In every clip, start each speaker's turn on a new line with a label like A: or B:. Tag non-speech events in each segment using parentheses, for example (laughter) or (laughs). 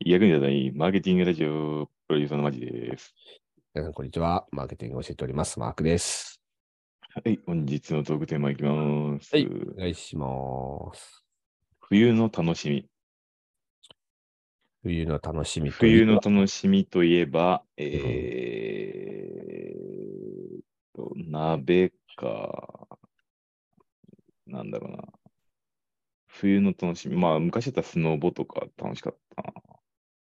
A: 役に立たないマーケティングラジオプロデューサーのマジです。
B: 皆さん、こんにちは。マーケティングを教えております。マークです。
A: はい、本日のトークテーマいきます。
B: はいお願いします。
A: 冬の楽しみ。
B: 冬の楽しみとい
A: 冬
B: う
A: の
B: の
A: 楽しみといえば、えーっと、鍋か、なんだろうな。冬の楽しみ。まあ、昔だったらスノボとか楽しかったな。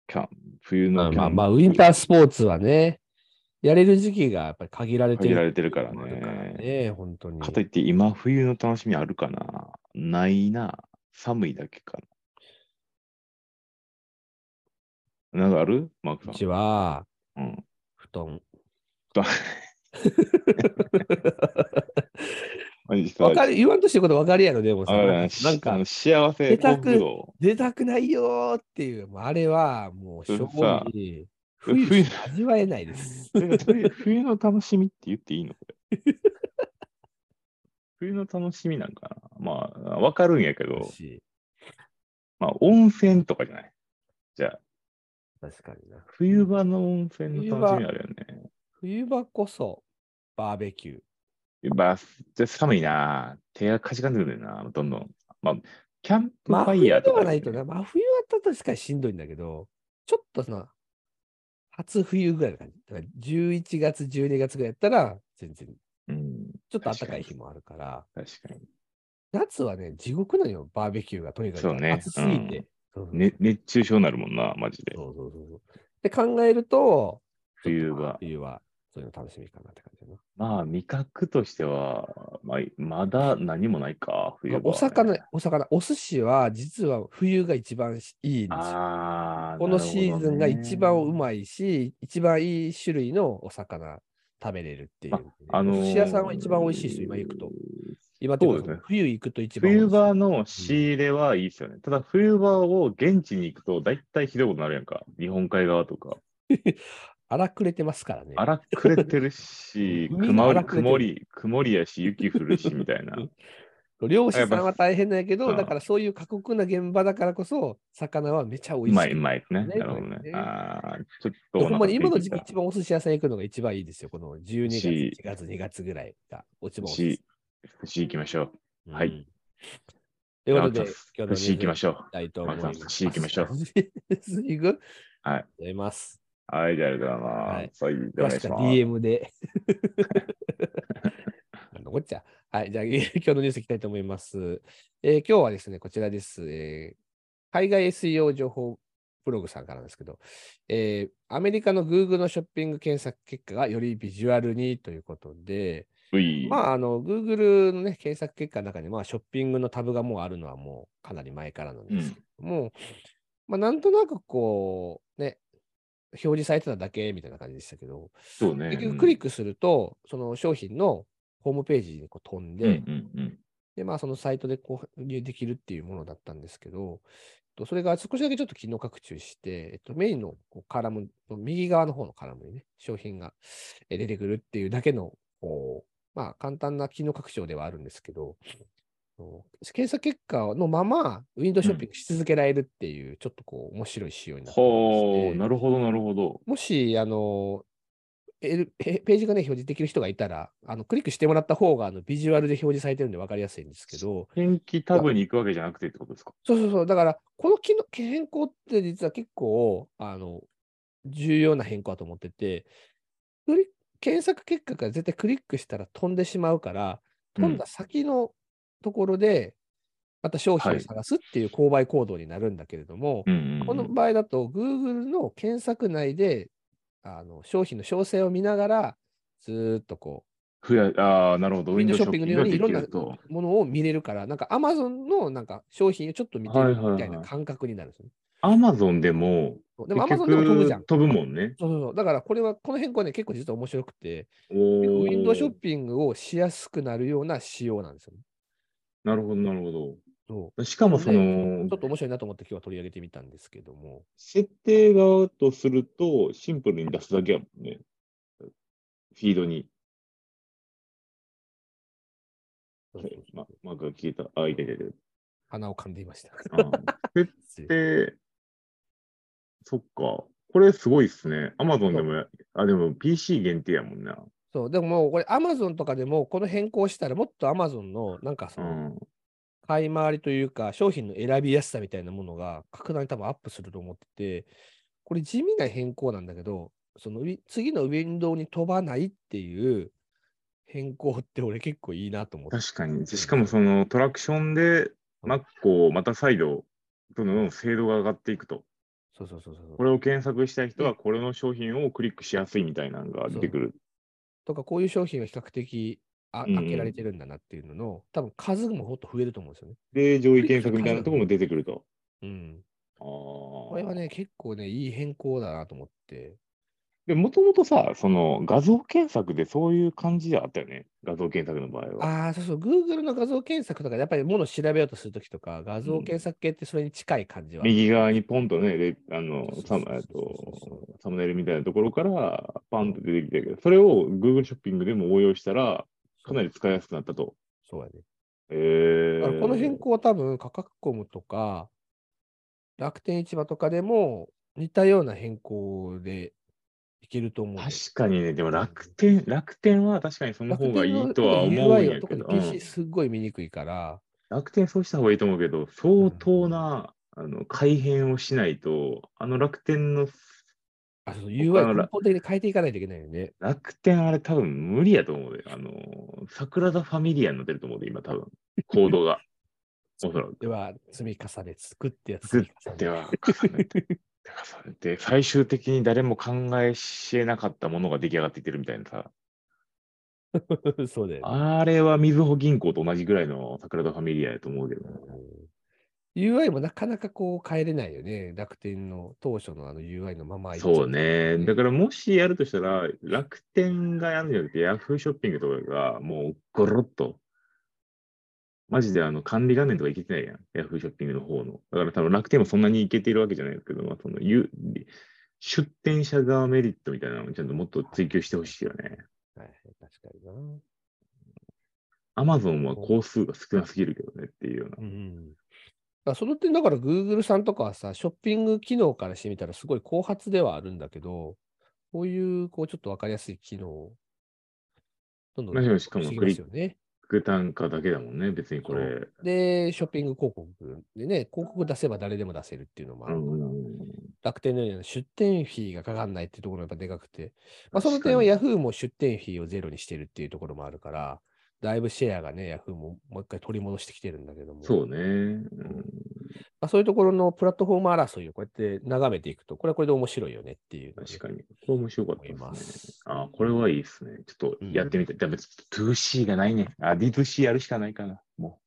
A: キャン冬
B: ま
A: の
B: あ
A: キャンプ、
B: まあ、まあ、ウィンタースポーツはね、やれる時期がやっぱり限られて
A: 限ら
B: る
A: れてるから
B: のもあるから
A: ね。
B: ね、本当に。
A: かといって今冬の楽しみあるかなないな。寒いだけかな。なんかあるマーク
B: う
A: さ
B: ちは、
A: ん。うん。
B: 布団。わかる、言わんとしてることわかるやろ、でもさ。
A: あ
B: なんか
A: あの、幸せ
B: 出たく
A: 国道。
B: 出たくないよーっていう、もうあれはもう正直、
A: それさ
B: 冬しか味わえないです。 (laughs)
A: えそれ冬の楽しみって言っていいのこれ。 (laughs) 冬の楽しみなんかなまあ、わかるんやけど、まあ、温泉とかじゃないじゃあ、
B: 確かにな。
A: 冬場の温泉の楽しみあるよね。
B: 冬場こそ、バーベキュー。
A: まあ、じゃあ寒いな。手がかじかんでくるな、どんどん。まあ、キャンプファイヤー
B: で
A: とか
B: は
A: ね、
B: ないとね、真冬は確かにしんどいんだけど、ちょっとその、初冬ぐらいの感じ。だから11月、12月ぐらいやったら、全然、
A: うん、
B: ちょっと暖かい日もあるから、
A: 確かに。
B: 夏はね、地獄なのよ、バーベキューがとにか
A: そう
B: く
A: ね
B: 暑すぎて。そうそう
A: ね、熱中症になるもんな、マジで。
B: そうそうそうそう。で考えると、
A: 冬場。
B: 冬は、そういうの楽しみかなって感じだな。
A: まあ、味覚としては、まあ、まだ何もないか、冬
B: ま
A: 場
B: あ
A: はね、
B: お魚、お魚、お寿司は実は冬が一番しいいんですよ。
A: ああ、
B: このシーズンが一番う
A: い。
B: まいし、一番いい種類のお魚食べれるっていう、
A: あのー
B: お寿司屋さんは一番美味しいですよ、今行くと。。今ってい
A: そう
B: う
A: ですね
B: か、冬行くと一番美味しい
A: 冬場の仕入れはいいですよね。ただ、冬場を現地に行くと、だいたいひどいことになるやんか。日本海側とか。
B: 荒くれてますからね。、
A: 荒くれてるし
B: 海
A: 曇り、
B: が荒くれてる
A: 曇り、曇りやし、雪降るし、みた
B: (laughs)
A: いな。
B: 漁師さんは大変だけ
A: や
B: ど、
A: っぱ
B: だからそういう過酷な現場だからこそ、魚はめちゃ美味
A: う
B: しい。
A: まい、うまいね。
B: ね
A: なるほど
B: うまい
A: ね。
B: ね
A: ああ、ちょっとお
B: ほん
A: 腹
B: ま
A: 空
B: に
A: いてきた。
B: 今の時期一番お寿司屋さん行くのが一番いいですよ。この12月、1
A: し
B: 月、2月ぐらいが一番お
A: 節
B: す、
A: 節行きましょう。
B: すめ
A: はい
B: うんということで、今日の
A: 節行きましょう。
B: たいと思います。
A: マキさん寿司行きましょう
B: 寿司行く
A: はい
B: ありがとうございます。
A: はい、じゃあ、ありがとうございます。はい、お願
B: 詳
A: い
B: し
A: し
B: く
A: ま
B: は
A: す。
B: DM で。 (laughs) なんだこっちゃ。はい、じゃあ、え (laughs) ー今日のニュースいきたいと思います。えー今日はですね、こちらです。えー海外 SEO 情報ブログさんからなんですけど、えーアメリカの Google のショッピング検索結果がよりビジュアルにということで、
A: うい
B: まあ、あの、Google のね、検索結果の中に、まあ、ショッピングのタブがもうあるのはもうかなり前からなんですけども、まあ、なんとなくこう、ね、表示されてただけみたいな感じでしたけど、
A: そうね。
B: 結局クリッ
A: ク
B: クすると、その商品のホームページにこう飛んで、
A: うんうんうん、
B: で、まあそのサイトで購入できるっていうものだったんですけど、えっとそれが少しだけちょっと機能拡張して、えっと、メインのこうカラムの右側の方のカラムにね、商品がえ出てくるっていうだけの、こうまあ簡単な機能拡張ではあるんですけど、あの検索結果のままウィンドウショッピングし続けられるっていう、ちょっとこう面白い仕様になってまして
A: ほう、なるほど、なるほど。
B: もし、あの、L- ペページがね、表示できる人がいたら、あのクリックしてもらった方があのビジュアルで表示されてるんで分かりやすいんですけど、
A: 天気タブに行くわけじゃなくてってことですか
B: そうそうそう、だから、この機能変更って実は結構、あの、重要な変更だと思ってて、クリ検索結果が絶対クリックしたら飛んでしまうから、飛んだ先のところで、また商品を
A: はい
B: 探すっていう購買行動になるんだけれども、
A: うんうんうん
B: この場合だと、Google の検索内であの商品の詳細を見ながら、ずーっとこ
A: ふやああ、なるほど。
B: ウ
A: ウィ
B: ィン
A: ン
B: ド
A: ドウシ
B: ウショ
A: ョ
B: ッ
A: ッ
B: ピ
A: ピ
B: ン
A: ン
B: グ
A: グ
B: の
A: で
B: ように
A: き
B: い
A: ると。
B: うものを見れるから、なんか Amazon のなんか商品をちょっと見て
A: は
B: る
A: いはいはい
B: みたいな感覚になるんですよね。
A: アマゾンでも、
B: でも Amazon
A: 結
B: でも飛ぶじゃん
A: 局。飛ぶもんね。
B: そうそうそうだからこれは、この変更はね、結構実は面白くて、
A: お
B: ウ
A: ー
B: ィンドウショッピングをしやすくなるような仕様なんですよね。
A: なるほど、なるほ
B: そ
A: ど。しかもその
B: うちょっ、と面白いなと思って今日は取り上げてみたんですけども。
A: 設定側とすると、シンプルに出すだけやもんね。フィードに。
B: そうそうそう
A: ま、マークが消えた。あ、い
B: (laughs)
A: たいたいた。
B: 鼻を噛んでいました。
A: うん設定、そっか。これすごいっすね。アマゾンでもや、あ、でも PC 限定やもんな。
B: そう、でももうこれ Amazon とかでもこの変更したらもっと Amazon のなんか
A: う
B: その
A: ん。
B: 買い回りというか商品の選びやすさみたいなものが格段に多分アップすると思ってて、これ地味な変更なんだけど、そのウィ次のウィンドウに飛ばないっていう変更って俺結構いいなと思って。
A: 確かに。しかもそのトラクションで Mac をまた再度、どんどんどんどん精度が上がっていくと。
B: そうそうそうそう
A: こ。れを検索したい人は、これの商品をクリックしやすいみたいなのが出てくる。
B: とか、こういう商品が比較的あ
A: うんうん
B: 開けられてるんだなっていうのの、多分数もほっと増えると思うんですよね。
A: で、上位検索みたいなところも出てくると。
B: うん。
A: あ
B: これはね、結構ね、いい変更だなと思って。
A: あ。もともとさ、その画像検索でそういう感じであったよね。画像検索の場合は。
B: ああ、そうそう、Google の画像検索とかで、やっぱりものを調べようとするときとか、画像検索系ってそれに近い感じは。
A: 右側にポンとね、レあの
B: そう
A: サ
B: そうそう
A: ムえっ
B: そうそう
A: とサムネイルみたいなところからパンと出てきたけど、それを Google ショッピングでも応用したら、かなり使いやすくなったと。
B: そうやね。
A: え
B: だ
A: ー
B: からこの変更は多分、価格コムとか、楽天市場とかでも似たような変更でいけると思う。
A: 確かにね、でも楽天、楽天は確かにその方がいいとは思うんやけ
B: 特に
A: ど、う
B: PC
A: ん
B: すっごい見にくいから、
A: 楽天そうした方がいいと思うけど、相当な、あの改変をしないと、あの楽天の、
B: あそう
A: 他
B: UI
A: の
B: 根
A: ら
B: 本的に変えていかないといけないよね。
A: 楽天あれ多分無理やと思うで、あの、桜田ファミリアになってると思うで、今多分、行動が。おそらく。
B: では、積み重ね、作ってやつ
A: 作
B: 積
A: って
B: み重ね。
A: は重ねて重ねて最終的に誰も考えしえなかったものが出来上がっていってるみたいなさ
B: (laughs) そうだよね。
A: あれはみずほ銀行と同じぐらいの桜田ファミリアやと思うけどな、
B: UI もなかなかこう変えれないよね。楽天の当初のあの UI のままいっちゃ
A: そうねだからもしやるとしたら楽天がやるんじゃなくてヤフーショッピングとかがもうゴロッとマジであの管理画面とかいけてないやん。ヤフーショッピングの方の。だから多分楽天もそんなにいけているわけじゃないですけど、まあ、そのゆ出店者側メリットみたいなのをちゃんともっと追求してほしいよね。
B: はい、確かにな。
A: アマゾンは工数が少なすぎるけどねっていうような。
B: うん。だからその点、だから Google さんとかはさ、ショッピング機能からしてみたらすごい後発ではあるんだけど、こういう、こう、ちょっとわかりやすい機能を、どんどん
A: まあでもしかも
B: していきますよね。
A: 副単価だけだもんね、別にこれ。
B: で、ショッピング広告でね、広告出せば誰でも出せるっていうのもあ
A: う
B: る
A: んうん
B: 楽天のような出店費がかかんないっていうところがやっぱでかくて、まあ、
A: 確
B: そ
A: かに
B: の点は Yahoo も出店費をゼロにしてるっていうところもあるから、だいぶシェアがね、Yahoo ももう一回取り戻してきてるんだけども、
A: そうね、うん
B: まあ、そういうところのプラットフォーム争いをこうやって眺めていくと、これはこれで面白いよねっていう、
A: 確かに。これ面白かった
B: 思いま
A: ですね
B: す。
A: あ、これはいいですね。ちょっとやってみて。でも 2C がないね。あ、D2C やるしかないかな。も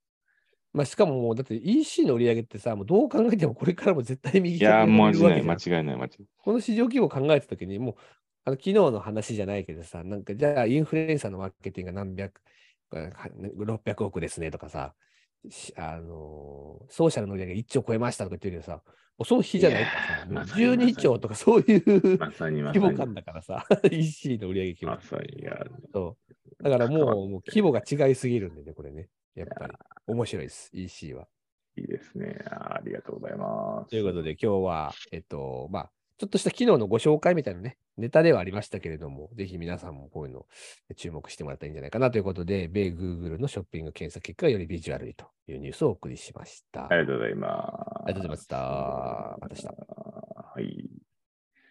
B: まあ、しかももう、だって EC の売り上げってさ、もうどう考えてもこれからも絶対
A: う。
B: 右
A: いやー、
B: に
A: マ
B: 伸び
A: ジ
B: るわ
A: な
B: け
A: い。
B: じ
A: 間
B: ゃん
A: 違いない、間違い
B: この市場規模を考えたときに、もう、あの昨日の話じゃないけどさ、なんかじゃあインフルエンサーのマーケティングが何百、えー600億ですねとかさ、しあのーソーシャルの売り上げ1兆超えましたとか言ってるけどさ、もうその日じゃないから
A: い
B: さ、
A: やー
B: もう
A: まさにまさに
B: 12兆とかそういう
A: ない。まさにまさ
B: 規模感
A: に。
B: だからさ、EC (laughs) の売り上げ規模
A: ま。さにやる。
B: そうだから
A: 関わ
B: も
A: っ
B: うもう規模が違いすぎるんでね、これね。やっぱり面白いです、EC は。
A: いいですね。あありがとうございます。
B: ということで、今日は、えっと、まあ、ちょっとした機能のご紹介みたいなね、ネタではありましたけれども、ぜひ皆さんもこういうのえ注目してもらったらいいんじゃないかなということで、米 Google のショッピング検索結果がよりビジュアルにというニュースをお送りしました。
A: ありがとうございます。
B: ありがとうございました。また明日。
A: ました。